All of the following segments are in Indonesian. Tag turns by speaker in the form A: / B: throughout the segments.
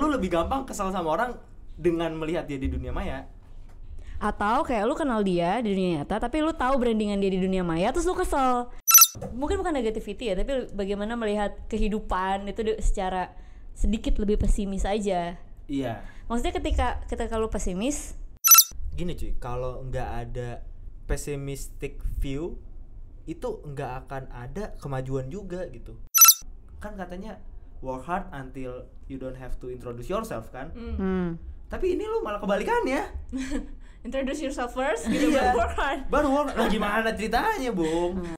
A: lu lebih gampang kesel sama orang dengan melihat dia di dunia maya
B: Atau kayak lu kenal dia di dunia nyata tapi lu tahu brandingan dia di dunia maya terus lu kesel. Mungkin bukan negativity ya, tapi bagaimana melihat kehidupan itu de- secara sedikit lebih pesimis aja.
A: iya
B: Maksudnya ketika ketika lu pesimis,
A: gini cuy kalau nggak ada pessimistic view itu nggak akan ada kemajuan juga gitu kan katanya work hard until you don't have to introduce yourself kan
B: hmm.
A: tapi ini lu malah kebalikannya
C: Introduce yourself first, gitu
A: Iya.
C: baru work hard.
A: baru work lah gimana ceritanya bung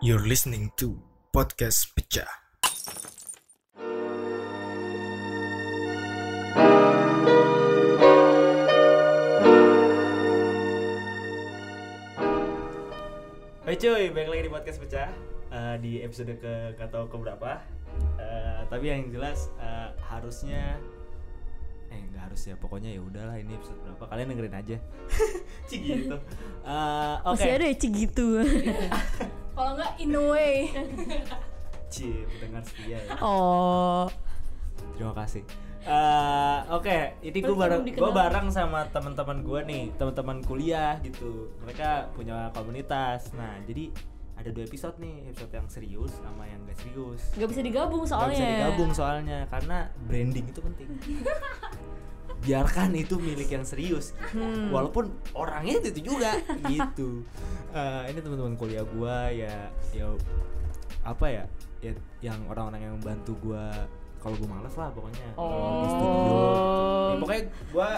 D: You're listening to Podcast Pecah.
A: Hai cuy, balik lagi di podcast pecah eh, di episode ke gak tau keberapa. Eh, tapi yang jelas eh, harusnya eh nggak harus ya pokoknya ya udahlah ini episode berapa kalian dengerin aja. Cik gitu. Eh, Oke.
B: masih ada ya Ci gitu.
C: Kalau nggak in a way.
A: Ci, pendengar setia ya.
B: oh.
A: Terima kasih. Eh, Oke, ini gue
C: Baru
A: bareng,
C: belum
A: gue
C: dikenal.
A: bareng sama teman-teman gue nih, teman-teman kuliah gitu. Mereka punya komunitas. Nah, jadi ada dua episode nih, episode yang serius sama yang gak serius.
B: Gak bisa digabung
A: Gak
B: soalnya.
A: bisa digabung soalnya karena branding itu penting. Biarkan itu milik yang serius,
B: Hmm.
A: walaupun orangnya itu juga gitu. Eh, ini teman-teman kuliah gua ya, ya apa ya, ya yang orang-orang yang membantu gua kalau gua males lah pokoknya. Kalau di studio.
B: Oh.
A: Ya, pokoknya gua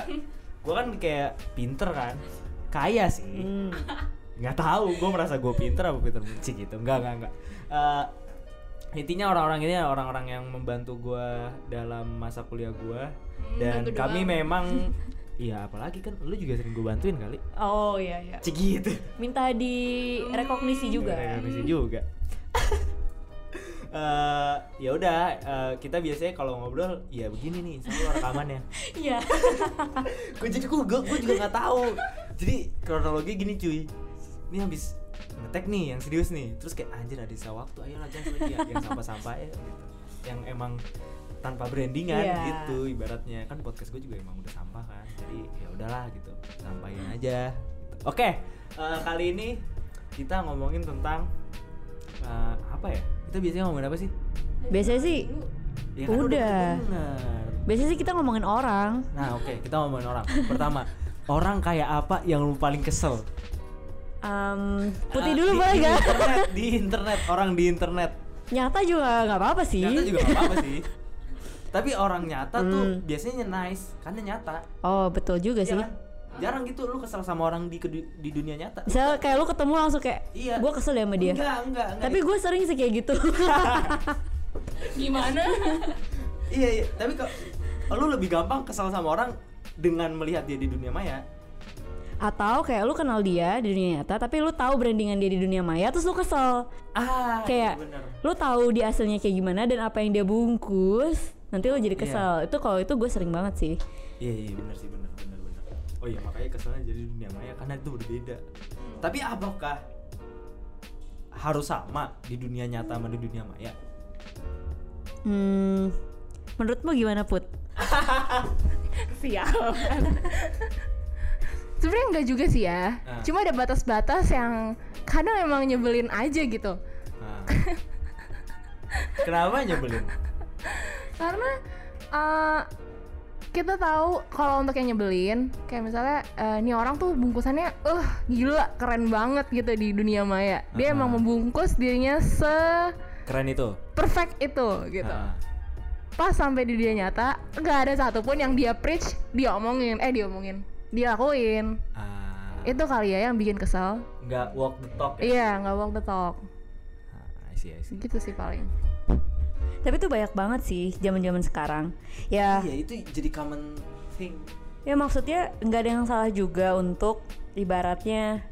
A: gua kan kayak pinter kan, kaya sih
B: Hmm.
A: nggak tahu gue merasa gue pinter apa pinter benci gitu nggak nggak nggak Eh, intinya orang-orang ini adalah orang-orang yang membantu gue dalam masa kuliah gue dan
C: Hmm, bantu
A: kami
C: doang.
A: memang iya apalagi kan lu juga sering gue bantuin kali
C: Oh iya iya.
A: cik gitu
B: Minta di rekognisi juga.
A: Iya, bisa juga. Eh, ya udah eh, kita biasanya kalau ngobrol ya begini nih selalu rekamannya
B: Iya.
A: gue jadi gue gue juga nggak tahu jadi kronologi gini cuy ini habis ngetek nih yang serius nih terus kayak anjir ada sisa waktu ayo aja lagi yang sampah-sampah ya gitu yang emang tanpa brandingan
B: Iya.
A: gitu ibaratnya kan podcast gue juga emang udah sampah kan jadi ya udahlah gitu sampaikan aja gitu. oke eh, kali ini kita ngomongin tentang eh, apa ya kita biasanya ngomongin apa sih
B: Biasanya sih
A: Ya kan
B: Udah.
A: bener.
B: biasanya sih kita ngomongin orang.
A: Nah, oke, kita ngomongin orang. Pertama, orang kayak apa yang lu paling kesel?
B: Em, putih
A: Eh,
B: dulu
A: di-
B: boleh
A: di
B: gak?
A: internet, di internet, orang di internet.
B: Nyata juga nggak apa-apa sih.
A: Nyata juga gak apa-apa sih. Tapi orang nyata tuh
B: Hmm.
A: biasanya nice karena nyata.
B: Oh betul juga
A: Iya
B: sih.
A: kan? Jarang gitu lu kesel sama orang di kedu- di dunia nyata.
B: Misal kayak lu ketemu langsung kayak,
A: Iya.
B: gue kesel ya Iya, sama dia.
A: Enggak, enggak, enggak.
B: Tapi gue sering sih kayak gitu.
C: Gimana?
A: iya, iya, tapi kok lu lebih gampang kesel sama orang dengan melihat dia di dunia maya.
B: Atau kayak lu kenal dia di dunia nyata, tapi lu tahu brandingan dia di dunia maya, terus lu kesel.
A: Ah,
B: Kayak
A: bener.
B: lu tahu dia aslinya kayak gimana dan apa yang dia bungkus, nanti lu jadi kesel. Itu kalau itu gue sering banget sih.
A: Iya iya benar sih benar benar benar. Oh iya makanya kesannya jadi dunia maya karena itu berbeda. Tapi apakah harus sama di dunia nyata sama di dunia maya?
B: Hmm, menurutmu gimana put?
C: Siap.
E: sebenarnya enggak juga sih ya
A: Ah.
E: cuma ada batas-batas yang kadang emang nyebelin aja gitu
A: Nah. Kenapa nyebelin?
E: karena eh, kita tahu kalau untuk yang nyebelin kayak misalnya eh, ini orang tuh bungkusannya eh gila keren banget gitu di dunia maya dia
A: Ah.
E: emang membungkus dirinya se
A: Keren itu.
E: perfect itu gitu
A: Ah.
E: pas sampai di dunia nyata nggak ada satupun yang dia preach dia omongin eh dia omongin dia lakuin
A: Ah.
E: itu kali ya yang bikin kesel
A: Nggak walk the talk ya?
E: iya nggak walk the talk
A: Ah, I see, I see.
E: gitu sih paling
B: Tapi itu banyak banget sih zaman-zaman sekarang. Ya,
A: Iya itu jadi common thing.
B: ya maksudnya nggak ada yang salah juga untuk ibaratnya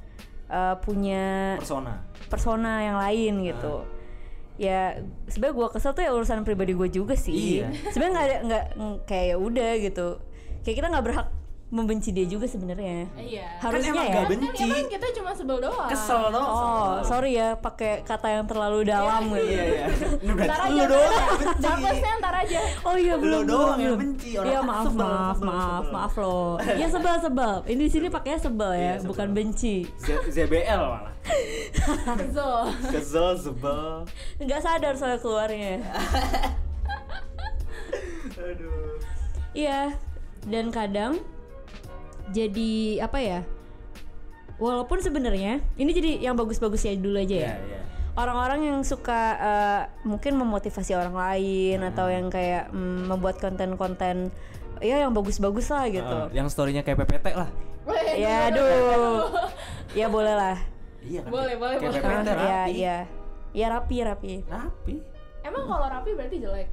B: eh, punya
A: persona
B: persona yang lain gitu
A: Ah.
B: ya sebenarnya gue kesel tuh ya urusan pribadi gue juga sih
A: Iya.
B: sebenarnya nggak ada nggak ng- kayak ya udah gitu kayak kita nggak berhak membenci dia juga sebenarnya
C: Iya.
B: harusnya
A: emang
B: ya
A: nggak
C: Kan
A: benci
C: ya
E: gitu.
C: kan kita cuma sebel doang.
A: kesel dong
B: oh sorry ya pakai kata yang terlalu dalam gitu
A: iya iya lu
C: Ntar
A: berarti
C: aja.
A: lu doang yang benci
C: Dapatnya ntar aja.
B: oh iya
A: Lu
B: belum
A: doang
B: belum,
A: yang
B: belum.
A: benci, orang
B: iya
A: lain
B: maaf
A: sebel,
B: maaf
A: sebel,
B: maaf
A: sebel.
B: maaf loh ya sebel sebel ini di sini pakainya sebel ya
A: Iya, sebel.
B: bukan benci
A: Z- ZBL malah
C: Kesel.
A: kesel sebel
B: nggak sadar soal keluarnya
A: aduh
B: Iya, dan kadang jadi apa ya? Walaupun sebenarnya ini jadi yang bagus-bagusnya dulu aja ya.
A: iya iya
B: Orang-orang yang suka eh, mungkin memotivasi orang lain
A: Hmm.
B: atau yang kayak mm, membuat konten-konten ya yang bagus-bagus lah gitu.
A: Heeh, yang storynya kayak PPT lah
C: Weh,
B: ya aduh. ya boleh lah.
A: iya kan
C: Boleh,
A: kayak-
C: boleh, boleh.
A: kayak PPT
B: Ah, ya,
A: rapi
B: ya. Ya rapi, rapi.
A: rapi
C: Emang kalau rapi berarti jelek.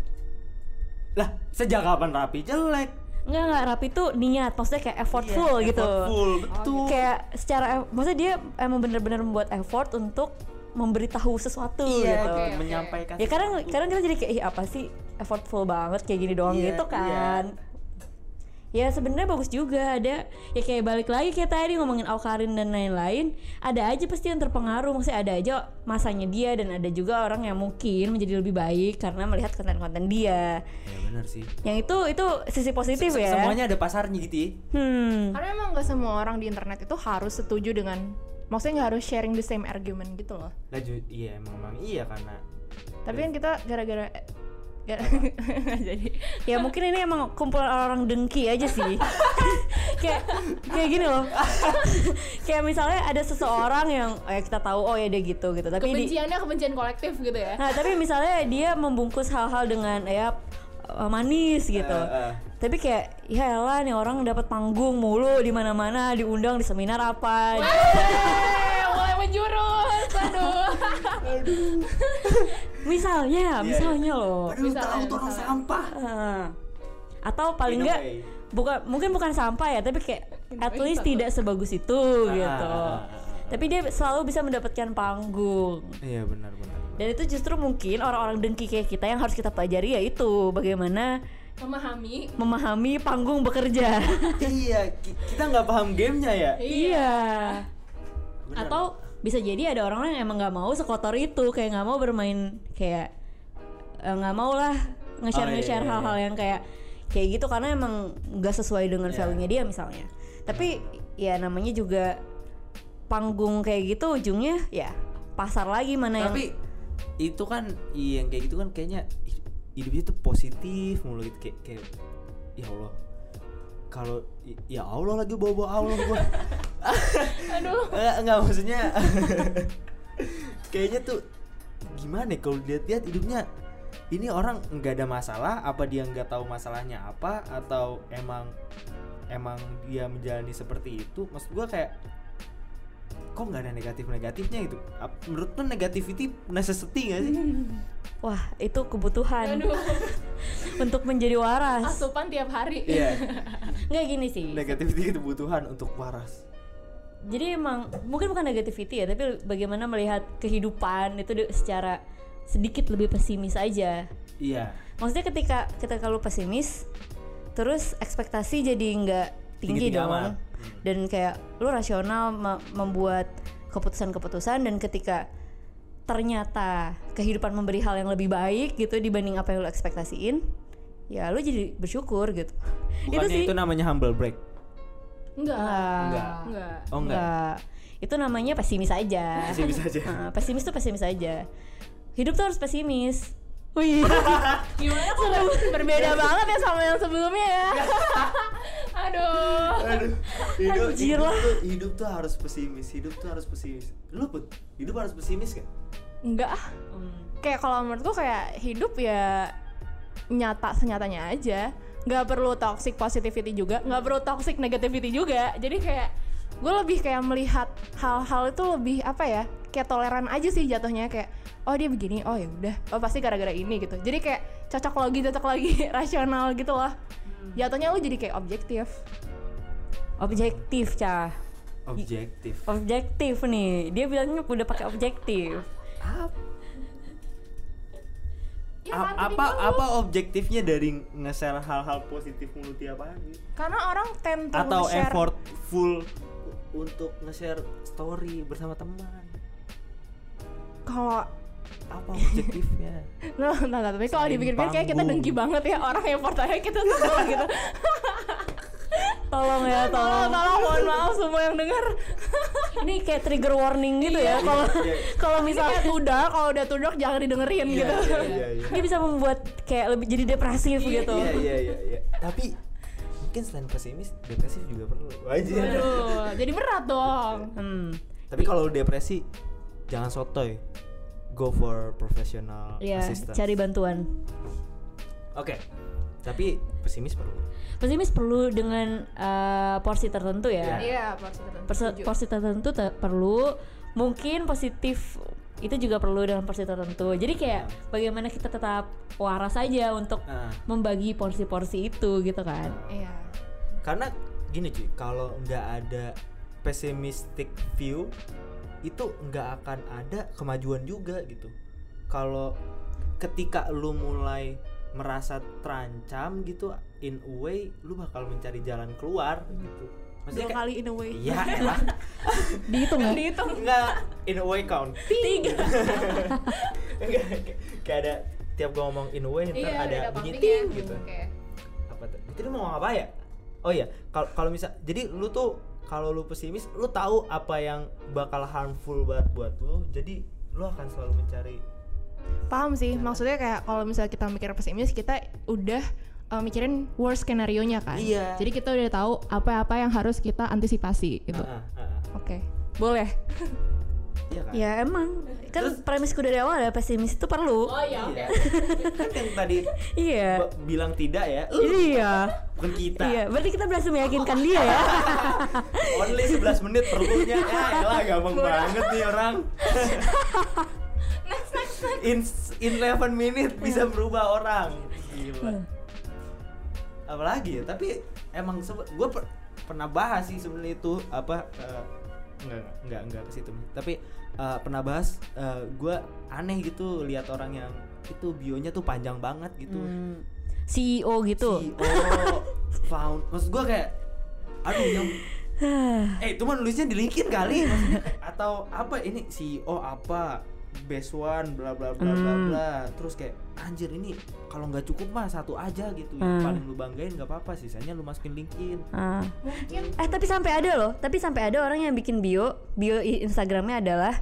A: lah sejak kapan rapi jelek Iya,
B: Enggak, enggak rapi tuh niat, maksudnya kayak effortful gitu. Iya,
A: full betul
B: kayak secara maksudnya dia emang bener-bener membuat effort untuk memberitahu sesuatu
A: iya
B: gitu.
A: gitu,
C: oke.
A: menyampaikan
B: Ya kadang kadang kita jadi kayak ih apa sih effortful banget kayak gini doang
A: Iya,
B: gitu kan. Ya sebenarnya bagus juga ada ya kayak balik lagi kayak tadi ngomongin Alkarin dan lain-lain ada aja pasti yang terpengaruh maksudnya ada aja masanya dia dan ada juga orang yang mungkin menjadi lebih baik karena melihat konten-konten dia
A: ya benar sih
B: yang itu itu sisi positif
A: Se-
B: ya
A: semuanya ada pasarnya gitu ya
B: hmm
E: Karena emang gak semua orang di internet itu harus setuju dengan Maksudnya gak harus sharing the same argument gitu loh
A: lah ju- iya emang emang iya karena
E: Tapi kan kita gara-gara eh, gara- nggak jadi
B: Ya mungkin ini emang kumpulan orang-orang dengki aja sih. kayak kayak gini loh. kayak misalnya ada seseorang yang eh, kita tahu oh ya dia gitu gitu. Tapi di-
C: Kebenciannya kebencian kolektif gitu ya.
B: nah tapi misalnya dia membungkus hal-hal dengan ya eh, manis gitu.
A: Eh, eh.
B: Tapi kayak ya elah nih orang dapat panggung mulu di mana-mana, diundang di seminar apa.
C: Eh, mulai menjurus. Aduh.
B: Misalnya,
A: Iya.
B: misalnya loh.
A: Aduh,
C: Misalnya,
A: tahu tuh orang
C: misalnya.
A: sampah.
B: Eh, Atau
A: In
B: paling
A: a
B: enggak
A: way.
B: bukan mungkin bukan sampah ya, tapi kayak at
C: way
B: least
C: bagus.
B: tidak sebagus itu gitu.
A: ah, ah, ah.
B: Tapi dia selalu bisa mendapatkan panggung.
A: Iya benar benar. benar.
B: Dan itu justru mungkin orang-orang dengki kayak kita yang harus kita pelajari yaitu bagaimana
C: Memahami.
B: memahami panggung bekerja.
A: iya, ki- kita nggak paham gamenya ya.
B: iya.
A: Benar.
B: Atau bisa jadi ada orang yang emang nggak mau sekotor itu, kayak nggak mau bermain kayak eh, nggak mau lah nge-share
A: Oh, iya, iya, Iya.
B: nge-share
A: iya.
B: hal-hal yang kayak kayak gitu karena emang nggak sesuai dengan value-nya dia misalnya. Tapi ya namanya juga panggung kayak gitu ujungnya ya pasar lagi mana yang
A: Tapi itu kan iya, yang kayak gitu kan kayaknya hi- hidupnya tuh positif mulu gitu kayak, kayak ya Allah. Kalau i- ya Allah lagi bawa-bawa Allah gua.
C: Aduh.
A: enggak, enggak maksudnya. kayaknya tuh gimana ya kalau lihat-lihat hidupnya ini orang nggak ada masalah apa dia nggak tahu masalahnya apa atau emang emang dia menjalani seperti itu maksud gua kayak kok nggak ada negatif negatifnya gitu Ap- menurut lu negativity necessity nggak sih
B: Wah, itu kebutuhan
C: Aduh.
B: untuk menjadi waras.
C: Asupan tiap hari.
A: iya
B: Nggak gini sih.
A: negativity kebutuhan untuk waras
B: Jadi emang mungkin bukan negativity ya, tapi bagaimana melihat kehidupan itu de- secara sedikit lebih pesimis aja.
A: iya
B: Maksudnya ketika ketika lu pesimis, terus ekspektasi jadi nggak tinggi,
A: Tinggi-tinggi amat.
B: dong.
A: Hmm.
B: Dan kayak lu rasional me- membuat keputusan-keputusan dan ketika ternyata kehidupan memberi hal yang lebih baik gitu dibanding apa yang lu ekspektasiin, ya lu jadi bersyukur gitu.
A: bukannya itu, namanya humble break
B: Ah.
E: Ah.
C: Enggak.
B: Enggak.
C: Enggak.
A: oh enggak
B: Enggak. Itu namanya pesimis aja.
A: masih bisa aja
B: Nah, pesimis tuh pesimis aja. Hidup tuh harus pesimis. Wih,
C: Gimana kalau
E: Berbeda banget ya sama yang sebelumnya ya
C: Aduh.
A: Aduh, hidup,
B: Anjir
A: hidup
B: lah.
A: tuh, hidup tuh harus pesimis, hidup tuh harus pesimis. Lu put, hidup harus pesimis kan?
E: Enggak ah. Kayak kalau menurutku kayak hidup ya nyata senyatanya aja Gak perlu toxic positivity juga Gak perlu toxic negativity juga Jadi kayak gue lebih kayak melihat hal-hal itu lebih apa ya kayak toleran aja sih jatuhnya kayak oh dia begini oh ya udah oh pasti gara-gara ini gitu jadi kayak cocok lagi cocok lagi rasional gitu loh jatuhnya lu jadi kayak objektif
B: objektif cah.
A: objektif
B: objektif nih dia bilangnya udah pakai objektif
C: Ya
A: A-
C: kan, tadi
A: apa
C: gua-
A: apa objektifnya dari nge-share hal-hal positif mulu tiap hari
E: Karena orang tentu
A: atau
E: share
A: effort full untuk nge-share story bersama teman
E: kalau
A: apa objektifnya
E: Nah, nah, nah, tapi kalau
A: Selain
E: dipikir-pikir kayak kita
A: panggung.
E: dengki banget ya orang yang pertanyaan kita semua gitu.
B: tolong ya tolong
E: Tolong, tolong mohon maaf semua yang dengar.
B: ini kayak trigger warning gitu ya kalau
A: Iya,
E: Kalau misalnya udah, kalau udah tudok jangan didengerin
A: iya,
E: gitu.
A: iya, iya, iya.
B: dia bisa membuat kayak lebih jadi depresif gitu
A: Iya iya iya iya. Tapi mungkin selain pesimis, depresif juga perlu. Wajar.
E: Aduh, jadi berat dong.
B: hmm
A: Tapi kalau depresi jangan sotoy. Go for professional
B: ya
A: assistance.
B: cari bantuan
A: Oke. Tapi pesimis perlu.
B: pesimis perlu dengan eh, porsi tertentu ya
E: Iya, porsi tertentu.
B: Perse- porsi tertentu te- perlu mungkin positif itu juga perlu dengan porsi tertentu jadi kayak
A: Iya.
B: bagaimana kita tetap waras aja untuk
A: Nah,
B: membagi porsi-porsi itu gitu kan
E: Iya.
A: karena gini cuy, kalau nggak ada pessimistic view itu nggak akan ada kemajuan juga gitu. Kalau ketika lu mulai merasa terancam gitu in a way lu bakal mencari jalan keluar gitu.
E: Dua
A: Maksudnya kayak-
E: kali in a way.
A: Iya, elah.
B: dihitung nggak?
E: Dihitung.
A: Enggak, in a way count.
B: tiga
A: Enggak, kayak ada tiap gua ngomong in a way ntar
C: Iya,
A: ada
C: ada
A: bunyi
C: pumping ya.
A: ting gitu.
C: Oke.
A: Apa tuh? Jadi lu mau apa ya? Oh iya, kalau kalau misal jadi lu tuh kalau lu pesimis, lu tahu apa yang bakal harmful banget buat lu. Jadi lu akan selalu mencari
E: Paham sih, maksudnya kayak kalau misalnya kita mikir pesimis, kita udah uh, mikirin worst skenario-nya kan.
A: Iya.
E: Jadi kita udah tahu apa-apa yang harus kita antisipasi gitu.
A: Ah, ah, ah, ah.
E: Oke. Boleh.
A: Iya kan?
B: ya emang kan
A: Terus-
B: premisku dari awal ada pesimis itu perlu
C: Oh iya, oke.
A: Iya. kan yang tadi
B: iya
A: ba- bilang tidak ya, lu Nah.
B: iya
A: bukan kita.
B: iya berarti kita berhasil meyakinkan dia ya
A: Only 11 menit perlunya. Ya elah gampang banget nih orang. In in 11 minute bisa
B: Iya.
A: berubah orang.
B: Hmm.
A: Gila. Apalagi ya, tapi emang gue pernah bahas sih sebenarnya itu apa eh, enggak enggak, enggak enggak ke situ. Tapi eh, pernah bahas gue aneh gitu lihat orang yang itu bionya tuh panjang banget gitu.
B: Hmm, CEO
A: E
B: gitu
A: CEO found maksud gue kayak aduh yang eh itu mah nulisnya di LinkedIn kali maksudnya. atau apa ini CEO apa best one bla bla bla bla
B: Hmm.
A: bla terus kayak anjir ini kalau nggak cukup mah satu aja gitu yang
B: Hmm.
A: paling lu banggain nggak apa apa sisanya lu masukin LinkedIn
B: Ah.
C: Mungkin
B: Eh tapi sampai ada loh, tapi sampai ada orang yang bikin bio, bio i- Instagramnya adalah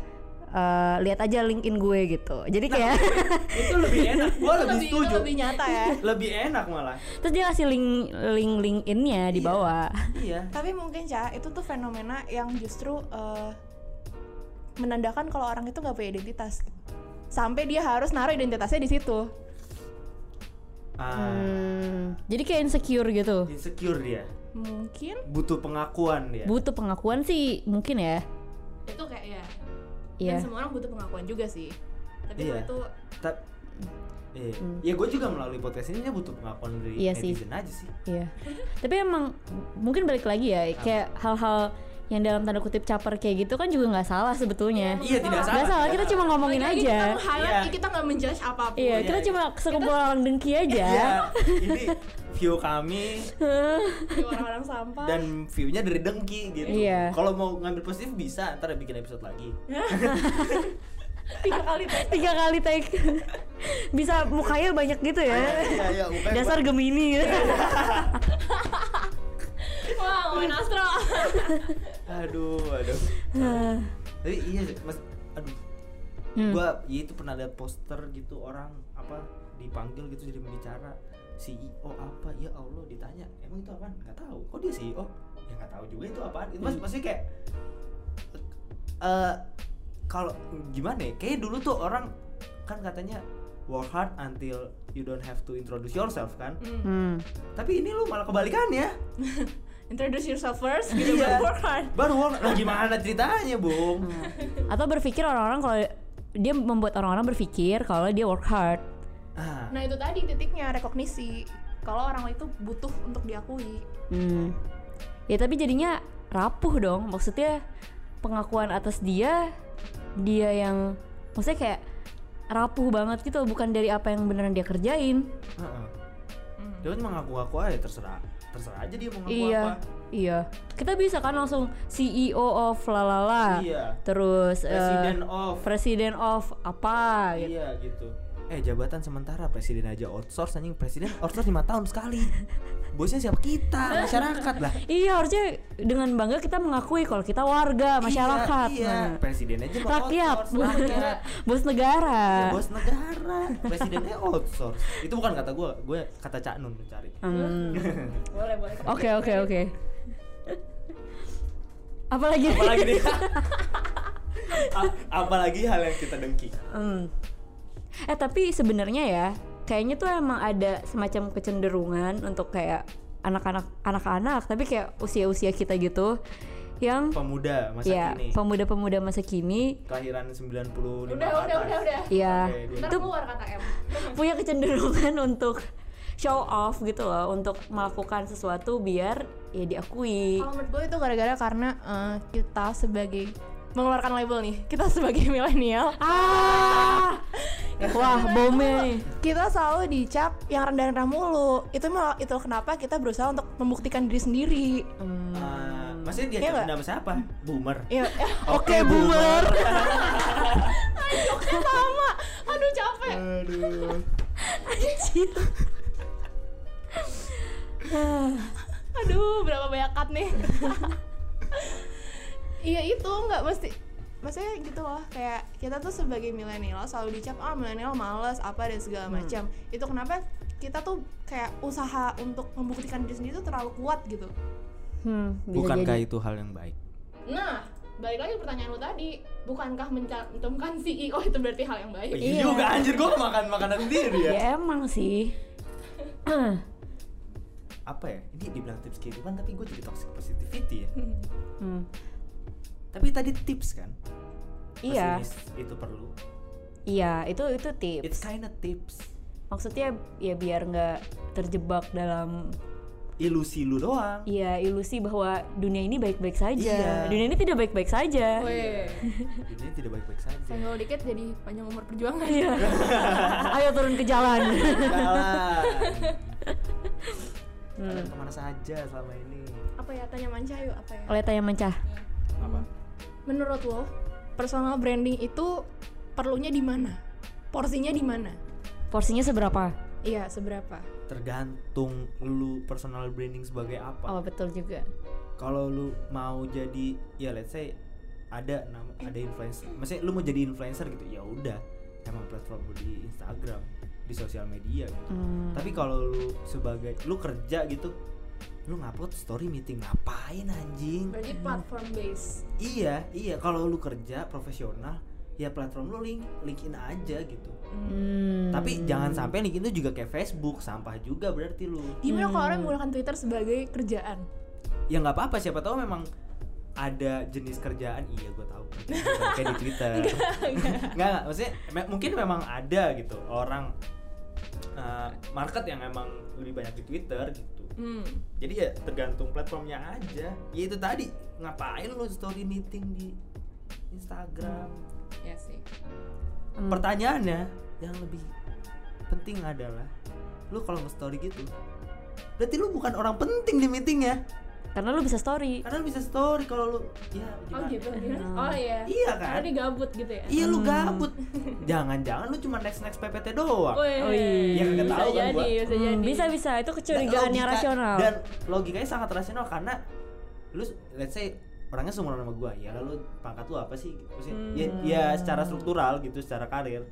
B: eh, lihat aja LinkedIn gue gitu. Jadi kayak
A: itu lebih enak gua lebih
E: Lebih- itu
A: setuju
E: lebih nyata ya.
A: lebih enak malah
B: terus dia kasih link link LinkedIn-nya di
A: Iya.
B: bawah.
A: iya
E: Tapi mungkin Ca, itu tuh fenomena yang justru eh, menandakan kalau orang itu nggak punya identitas. gitu. Sampai dia harus naruh identitasnya di situ.
A: ah,
B: Hmm, jadi kayak insecure gitu.
A: insecure dia
E: Mungkin
A: butuh pengakuan dia
B: Butuh pengakuan sih mungkin ya.
E: itu kayak ya. Dan
B: Iya.
E: semua orang butuh pengakuan juga sih. Tapi
A: Iya.
E: kalau itu
A: Ta- eh, ya gue juga melalui podcast ini butuh pengakuan dari
B: Hmm. Iya sih.
A: netizen aja sih
B: Iya. Tapi emang mungkin balik lagi ya kayak hal-hal yang dalam tanda kutip caper kayak gitu kan juga nggak salah sebetulnya.
A: Iya tidak salah.
B: Nggak salah, kita cuma ngomongin
E: Lagi-lagi
B: aja.
E: Kita meng-highlight,
A: Iya.
E: kita nggak menjudge apapun.
B: Iya, kita
A: iya.
B: cuma sekumpulan orang dengki aja.
A: Iya, ini view kami
E: Di orang-orang sampah.
A: dan viewnya dari dengki gitu.
B: Iya.
A: Kalau mau ngambil positif bisa, ntar bikin episode lagi.
E: tiga kali tadi.
B: tiga kali take bisa mukanya banyak gitu ya
A: Iya iya, bukan
B: dasar gemini gitu
C: wah, main astro.
A: buat- Aduh, aduh. Tapi iya, sih, Mas. Aduh.
B: Hmm.
A: Gua ya itu pernah lihat poster gitu orang apa dipanggil gitu jadi pembicara CEO apa ya Allah ditanya emang itu apaan nggak tahu kok dia CEO ya nggak tahu juga itu apaan itu mas maksudnya kayak eh kalau gimana ya kayak dulu tuh orang kan katanya work hard until you don't have to introduce yourself kan
B: hmm.
A: tapi ini lu malah kebalikannya
E: Introduce yourself first, gitu
A: Iya.
E: baru work hard.
A: baru work nah gimana ceritanya bung
B: atau berpikir orang-orang kalau dia membuat orang-orang berpikir kalau dia work hard
A: ah
E: Nah itu tadi titiknya rekognisi. Kalau orang itu butuh untuk diakui.
B: hmm. ya tapi jadinya rapuh dong maksudnya pengakuan atas dia dia yang maksudnya kayak rapuh banget gitu bukan dari apa yang beneran dia kerjain
A: Heeh. Dia kan mengaku-ngaku aja terserah. Terserah aja dia mau ngaku
B: Hmm. iya
A: apa.
B: iya kita bisa kan langsung CEO of lalala
A: Iya.
B: terus Ah. eh,
A: President of.
B: President of apa gitu
A: Iya gitu. Eh jabatan sementara presiden aja outsource anjing presiden outsource 5 tahun sekali. Bosnya siapa kita? Masyarakat lah.
B: Iya harusnya dengan bangga kita mengakui kalau kita warga masyarakat,
A: Iya, iya.
B: Nah,
A: presiden aja mau
B: rakyat, Ah.
A: outsource, rakyat.
B: bos
A: Ya,
B: negara.
A: bos negara, presidennya outsource. Itu bukan kata gue, gue kata Cak Nun cari.
B: Hmm,
C: Boleh, boleh.
E: Oh,
B: Oke oke oke. Apalagi?
A: Apalagi nih? A- apalagi hal yang kita dengki.
B: Hmm. Eh tapi sebenarnya ya, kayaknya tuh emang ada semacam kecenderungan untuk kayak anak-anak anak-anak, tapi kayak usia-usia kita gitu yang
A: Pemuda masa
B: ya
A: kini.
B: pemuda-pemuda masa kini
A: kelahiran 95
C: Udah,
A: ke
C: udah,
A: atas.
C: udah, udah.
B: ya
A: Oke, dua
C: Ntar
B: itu
C: keluar kata M.
B: punya kecenderungan untuk show off gitu loh untuk melakukan sesuatu biar ya diakui
E: Kalau menurut gue itu gara-gara karena eh, kita sebagai mengeluarkan label nih, kita sebagai milenial,
B: ah wah bomnya nih
E: kita selalu dicap yang rendah-rendah mulu. Itu mal- itu kenapa kita berusaha untuk membuktikan diri sendiri.
C: Hmm.
A: Ah, maksudnya dia
E: Iya nggak?
A: nama siapa? Boomer.
E: Ya, eh,
A: Oke, boomer.
E: sama. Aduh capek.
A: Aduh.
B: Anjir.
E: Aduh, berapa banyak cut nih? Iya itu nggak mesti maksudnya gitu loh kayak kita tuh sebagai milenial selalu dicap ah milenial males apa dan segala
C: Hmm.
E: macam itu kenapa kita tuh kayak usaha untuk membuktikan diri sendiri tuh terlalu kuat gitu
B: hmm, bisa
A: Bukankah
B: jadi.
A: itu hal yang baik?
C: Nah, balik lagi ke pertanyaan lu tadi, bukankah mencantumkan CEO itu berarti hal yang baik?
A: Iya juga anjir gue makan makanan sendiri ya.
B: ya emang sih Hmm.
A: Apa ya? Ini dibilang tips kehidupan tapi gue jadi toxic positivity ya.
B: Hmm,
A: Tapi tadi tips kan?
B: iya
A: Pesimis itu perlu.
B: iya itu itu
A: It's
B: tips
A: kinda tips.
B: maksudnya ya biar nggak terjebak dalam
A: Ilusi lu doang.
B: ya ilusi bahwa dunia ini baik-baik
A: Iya.
B: saja dunia ini tidak baik-baik saja
C: Weh,
A: Ini tidak baik-baik saja.
E: senggol dikit jadi panjang umur perjuangan
B: iya ayo turun ke jalan
A: Jalan. Kalian kemana saja selama ini?
E: apa ya tanya manca yuk apa ya
B: oleh tanya mencah
A: Apa?
E: menurut lo personal branding itu perlunya di mana porsinya di mana
B: porsinya seberapa
E: iya seberapa
A: Tergantung lu personal branding sebagai apa.
B: oh betul juga
A: kalau lu mau jadi ya let's say ada nama ada influencer maksudnya lu mau jadi influencer gitu ya udah emang platform lu di Instagram di sosial media gitu.
B: Hmm.
A: tapi kalau lu sebagai lu kerja gitu lu ngupload story meeting ngapain anjing
C: berarti
E: Hmm.
C: platform based.
A: iya iya kalau lu kerja profesional ya platform lu link linkin aja gitu
B: Hmm.
A: tapi jangan sampai linkin itu juga kayak Facebook sampah juga berarti lu
E: gimana
B: Hmm.
E: kalau orang menggunakan Twitter sebagai kerjaan
A: ya nggak apa-apa siapa tahu memang ada jenis kerjaan iya gue tahu kayak di twitter nggak nggak maksudnya me- mungkin memang ada gitu orang eh, market yang emang lebih banyak di twitter gitu
E: hmm.
A: jadi ya tergantung platformnya aja ya itu tadi ngapain lo story meeting di Instagram
C: Iya sih.
B: Hmm.
A: pertanyaannya yang lebih penting adalah lu kalau nge-story gitu berarti lu bukan orang penting di meeting ya
B: karena lu bisa story
A: karena lu bisa story kalau lu ya
C: Oh
A: gimana?
C: gitu. gimana?
B: Hmm.
C: Oh iya.
A: Iya kan?
C: Karena dia gabut gitu ya.
A: iya lu gabut jangan-jangan lu cuma next next ppt doang
C: Weh,
B: Oh iya.
A: Ya, nggak
C: bisa
A: tahu kan
C: jadi,
A: gua.
C: bisa
B: Hmm,
C: jadi.
B: bisa bisa itu
A: Dan
B: kecurigaannya
A: logika-
B: rasional
A: Nah, oh, dan logikanya sangat rasional karena lu let's say orangnya seumuran sama gua ya lalu pangkat lu apa sih Maksudnya, ya, ya secara struktural gitu secara karir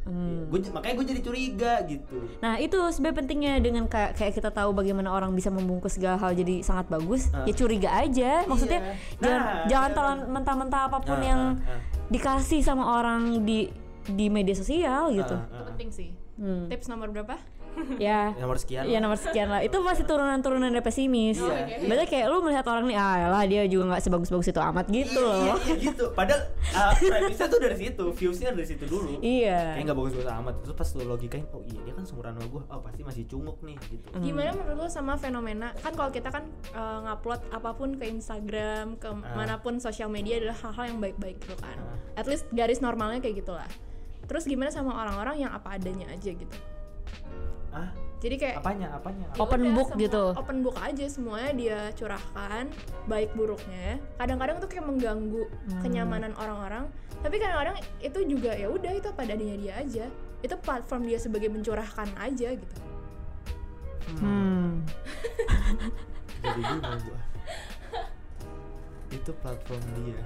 B: Hmm.
A: Gua j- makanya gue jadi curiga gitu
B: nah itu sebenarnya pentingnya dengan kayak, kayak kita tahu bagaimana orang bisa membungkus segala hal jadi sangat bagus
A: Ah.
B: ya curiga aja maksudnya
A: Iya.
B: jangan
A: Nah,
B: jangan
A: iya.
B: telan mentah-mentah apapun
A: Ah,
B: yang
A: ah, ah.
B: dikasih sama orang di di media sosial gitu
A: Ah,
E: itu
A: ah, ah.
E: penting sih
B: Hmm.
E: tips nomor berapa
B: ya
A: nomor sekian
B: ya nomor sekian lah itu masih turunan-turunan dari pesimis
A: Iya.
B: berarti kayak lu melihat orang nih ah lah dia juga nggak sebagus-bagus itu amat gitu
A: iya,
B: loh
A: iya, gitu padahal uh, premisnya tuh dari situ viewsnya dari situ dulu
B: iya
A: kayak nggak bagus-bagus amat terus pas lo logikain oh iya dia kan seumuran sama gue oh pasti masih cunguk nih gitu
B: Hmm.
E: Gimana menurut lo sama fenomena kan kalau kita kan eh, ngupload apapun ke Instagram ke manapun sosial media adalah hal-hal yang baik-baik gitu kan. At least garis normalnya kayak gitulah. Terus gimana sama orang-orang yang apa adanya aja gitu.
A: ah
E: Jadi kayak
A: apanya apanya
E: ya
B: Open
E: udah,
B: book
E: semua-
B: gitu.
E: Open book aja semuanya dia curahkan baik buruknya. Kadang-kadang tuh kayak mengganggu kenyamanan orang-orang. Tapi kadang-kadang itu juga ya udah itu apa adanya dia aja. Itu platform dia sebagai mencurahkan aja gitu.
B: hmm.
A: jadi bingung gue itu platform dia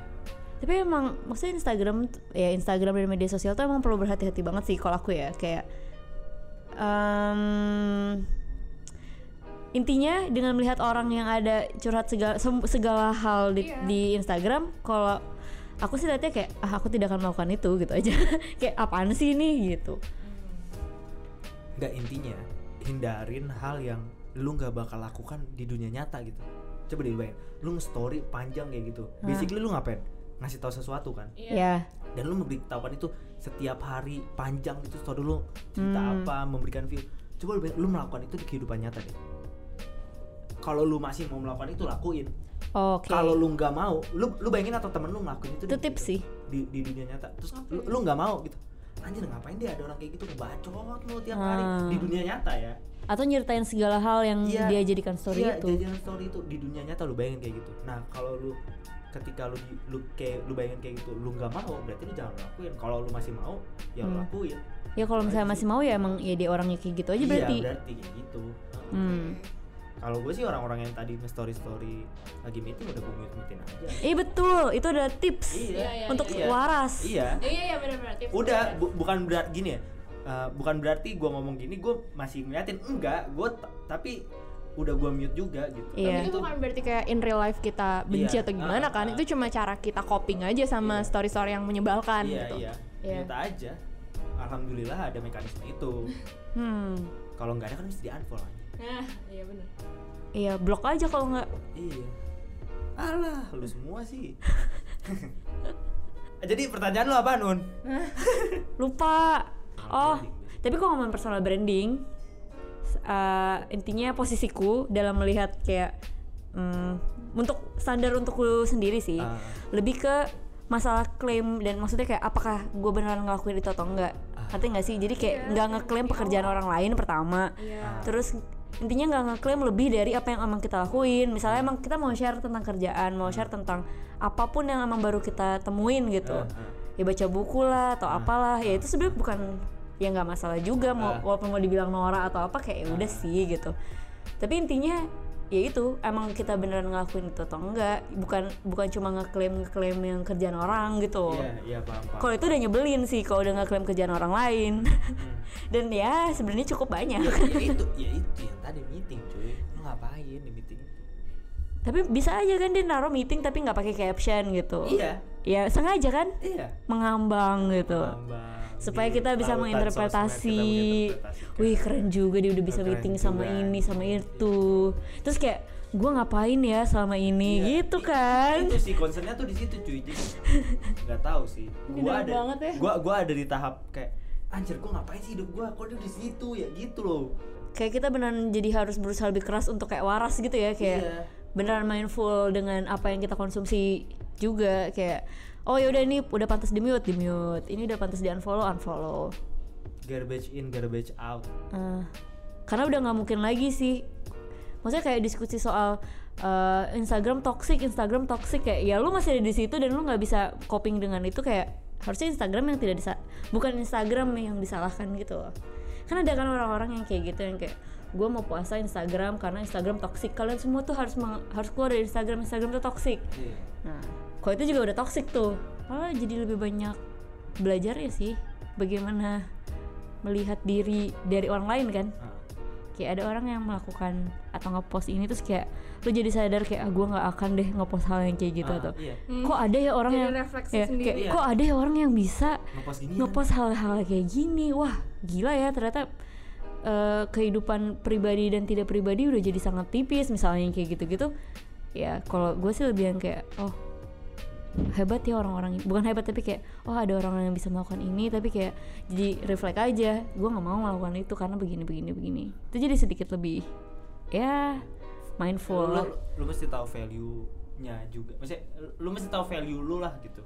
B: tapi emang maksudnya Instagram t- ya Instagram dan media sosial tuh emang perlu berhati-hati banget sih kalau aku ya kayak em, intinya dengan melihat orang yang ada curhat segala sem- segala hal di,
A: Iya.
B: di Instagram kalau aku sih lihatnya kayak ah aku tidak akan melakukan itu gitu aja kayak apaan sih ini gitu
A: nggak intinya hindarin hal yang lu nggak bakal lakukan di dunia nyata gitu coba deh lu bayangin, lu nge-story panjang kayak gitu basically lu ngapain ngasih tahu sesuatu kan
B: ya
A: dan lu memberitahukan itu setiap hari panjang itu story lu cerita apa memberikan view coba lu, bayangin, lu melakukan itu di kehidupan nyata deh kalau lu masih mau melakukan itu lakuin
B: oke
A: kalau lu nggak mau lu lu bayangin atau temen lu ngelakuin itu
B: Itu
A: di-
B: tips
A: gitu,
B: sih.
A: di, di dunia nyata terus lu lu nggak mau gitu anjir ngapain dia ada orang kayak gitu ngebacot lu tiap hari
B: Ah.
A: di dunia nyata ya
B: atau nyeritain segala hal yang
A: Iya.
B: dia jadikan story
A: iya,
B: itu
A: jajanan story itu di dunia nyata lu bayangin kayak gitu nah kalau lu ketika lu di- lu kayak lu bayangin kayak gitu lu nggak mau berarti lu jangan lakuin kalau lu masih mau ya lu
B: Hmm.
A: lakuin
B: ya kalau misalnya masih mau ya emang ya dia orangnya kayak gitu aja
A: iya
B: berarti
A: berarti kayak gitu Nah,
B: hmm.
A: kalau gue sih orang-orang yang tadi nge-story story lagi meeting udah gue mute mutein aja
B: Iya betul, itu ada tips
A: iya
C: iya,
B: untuk
A: iya.
B: waras.
A: iya
C: Iya iya benar-benar tips.
E: gitu.
A: udah bu- bukan berarti gini ya eh, bukan berarti gue ngomong gini gue masih ngeliatin enggak gue tapi udah gue mute juga gitu
B: Iya.
A: tapi
E: itu
A: itu
E: bukan berarti kayak in real life kita benci
A: Iya,
E: atau gimana
A: ah,
E: kan
A: ah.
E: itu cuma cara kita coping aja sama story-story yang menyebalkan
A: iya
E: gitu
A: iya
B: Iya.
A: mute aja alhamdulillah ada mekanisme itu
B: Hmm,
A: kalau nggak ada kan mesti di unfollow aja
C: Nah, iya benar.
B: iya blok aja kalau nggak.
A: iya alah lu semua sih jadi pertanyaan lu apa nun
B: Lupa. Oh, tapi kok ngomongin personal branding, s- eh, intinya posisiku dalam melihat kayak hmm, untuk standar untuk lu sendiri sih,
A: Ah.
B: lebih ke masalah klaim dan maksudnya kayak apakah gue beneran ngelakuin itu atau enggak
A: Ah.
B: ngerti nggak sih jadi kayak nggak ngeklaim pekerjaan orang lain pertama
E: Iya.
B: terus intinya nggak ngeklaim lebih dari apa yang emang kita lakuin misalnya emang kita mau share tentang kerjaan mau share tentang apapun yang emang baru kita temuin
A: Ah,
B: gitu
A: ah.
B: ya baca buku lah atau apalah ya itu sebenarnya bukan ya nggak masalah juga mau
A: Ah.
B: walaupun mau dibilang norak atau apa kayak ya udah sih gitu tapi intinya ya itu emang kita beneran ngelakuin itu atau enggak bukan bukan cuma ngeklaim ngeklaim yang kerjaan orang gitu
A: iya iya paham paham
B: kalau itu udah nyebelin sih kalau udah ngeklaim kerjaan orang lain dan ya sebenarnya cukup banyak
A: ya, ya itu ya itu yang tadi meeting cuy lu ngapain di meeting
B: tapi bisa aja kan dia naruh meeting tapi nggak pakai caption gitu
A: iya
B: ya sengaja kan
A: iya
B: mengambang gitu
A: Tambang
B: supaya
A: di
B: kita bisa
A: lautan
B: menginterpretasi
A: sosmed, kita menginterpretasikan.
B: wih keren juga dia udah bisa
A: Keren
B: meeting sama
A: juga.
B: ini sama itu terus kayak gue ngapain ya selama ini
A: Iya,
B: gitu
A: i-
B: kan
A: itu sih concernnya tuh di situ cuy jadi nggak tahu sih gua ada
E: banget ya.
A: gua gua ada di tahap kayak anjir gua ngapain sih hidup gua kok dia di situ ya gitu loh
B: kayak kita beneran jadi harus berusaha lebih keras untuk kayak waras gitu ya kayak
A: Iya.
B: beneran mindful dengan apa yang kita konsumsi juga kayak oh ya udah ini udah pantas di mute di mute ini udah pantas di unfollow unfollow
A: garbage in garbage out
B: Eh, karena udah nggak mungkin lagi sih maksudnya kayak diskusi soal eh, Instagram toxic Instagram toxic kayak ya lu masih ada di situ dan lu nggak bisa coping dengan itu kayak harusnya Instagram yang tidak bisa bukan Instagram yang disalahkan gitu loh kan ada kan orang-orang yang kayak gitu yang kayak gue mau puasa Instagram karena Instagram toxic kalian semua tuh harus meng- harus keluar dari Instagram Instagram tuh toxic
A: Iya.
B: Nah, kalau itu juga udah toxic tuh. Malah jadi lebih banyak belajar ya sih bagaimana melihat diri dari orang lain kan.
A: Ah.
B: Kayak ada orang yang melakukan atau ngepost ini terus kayak lu jadi sadar kayak ah, gue nggak akan deh ngepost hal yang kayak gitu
A: Ah,
B: atau
A: iya.
B: kok ada ya orang
E: Jadi
B: yang
E: refleksi
B: ya,
E: sendiri
B: kayak,
A: ya.
B: kok ada ya orang yang bisa
A: ngepost gini kan.
B: ngepost hal-hal kayak gini wah gila ya ternyata eh, kehidupan pribadi dan tidak pribadi udah jadi sangat tipis misalnya yang kayak gitu-gitu ya kalau gue sih lebih yang kayak oh hebat ya orang-orang bukan hebat tapi kayak oh ada orang yang bisa melakukan ini tapi kayak jadi reflek aja gue nggak mau melakukan itu karena begini begini begini itu jadi sedikit lebih ya mindful
A: lu,
B: lah
A: lu mesti tahu value nya juga maksudnya lu- lu mesti tahu value lu lah gitu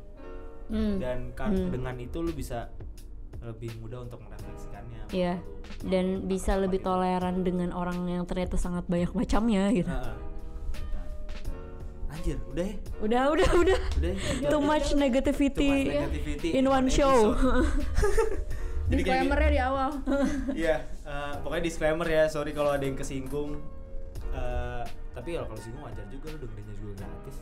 B: Hmm.
A: dan kan
B: Hmm.
A: dengan itu lu bisa lebih mudah untuk merefleksikannya
B: Iya. dan bisa lebih toleran dengan orang yang ternyata sangat banyak macamnya gitu
A: Nah, anjir udah ya
B: udah udah udah
A: udah ya?
B: too much
A: Too much
B: negativity
A: negativity
B: in one show
A: Jadi kayak gitu.
E: Disclaimer-nya di awal.
C: Nah,
A: Iya, eh, pokoknya disclaimer ya, sorry kalau ada yang kesinggung. Eh, tapi kalau kalau singgung wajar juga lu dengerinnya juga gratis.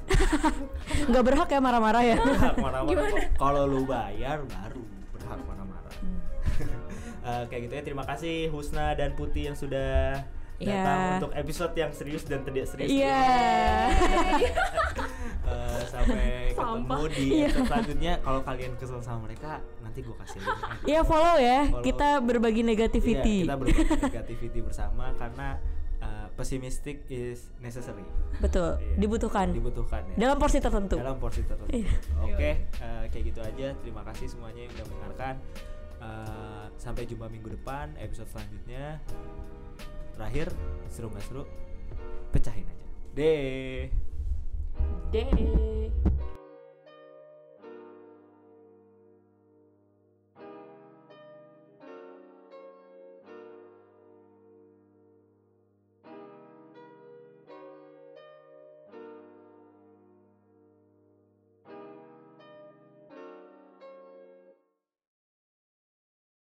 B: nggak berhak ya marah-marah ya
A: Berhak marah-marah. kok. Kalau lu bayar baru berhak marah-marah.
B: Hmm.
A: Eh, kayak gitu ya. Terima kasih Husna dan Putih yang sudah datang
B: Iya.
A: untuk episode yang serius dan tidak serius.
B: iya
A: Eh, sampai ketemu
B: Sampah.
A: di
B: Iya.
A: episode selanjutnya. Kalau kalian kesel sama mereka, nanti gue kasih link.
B: Iya follow ya,
A: Follow.
B: kita berbagi negativity.
A: Iya, kita berbagi negativity bersama karena eh, pessimistic is necessary.
B: Betul,
A: Iya,
B: Oh, dibutuhkan.
A: Dibutuhkan ya.
B: Dalam porsi tertentu.
A: Dalam porsi tertentu.
B: Iya.
A: Oke, eh, kayak gitu aja. Terima kasih semuanya yang udah mendengarkan. Eh, sampai jumpa minggu depan episode selanjutnya. Terakhir, seru nggak seru? Pecahin aja. Deh.
B: Deh.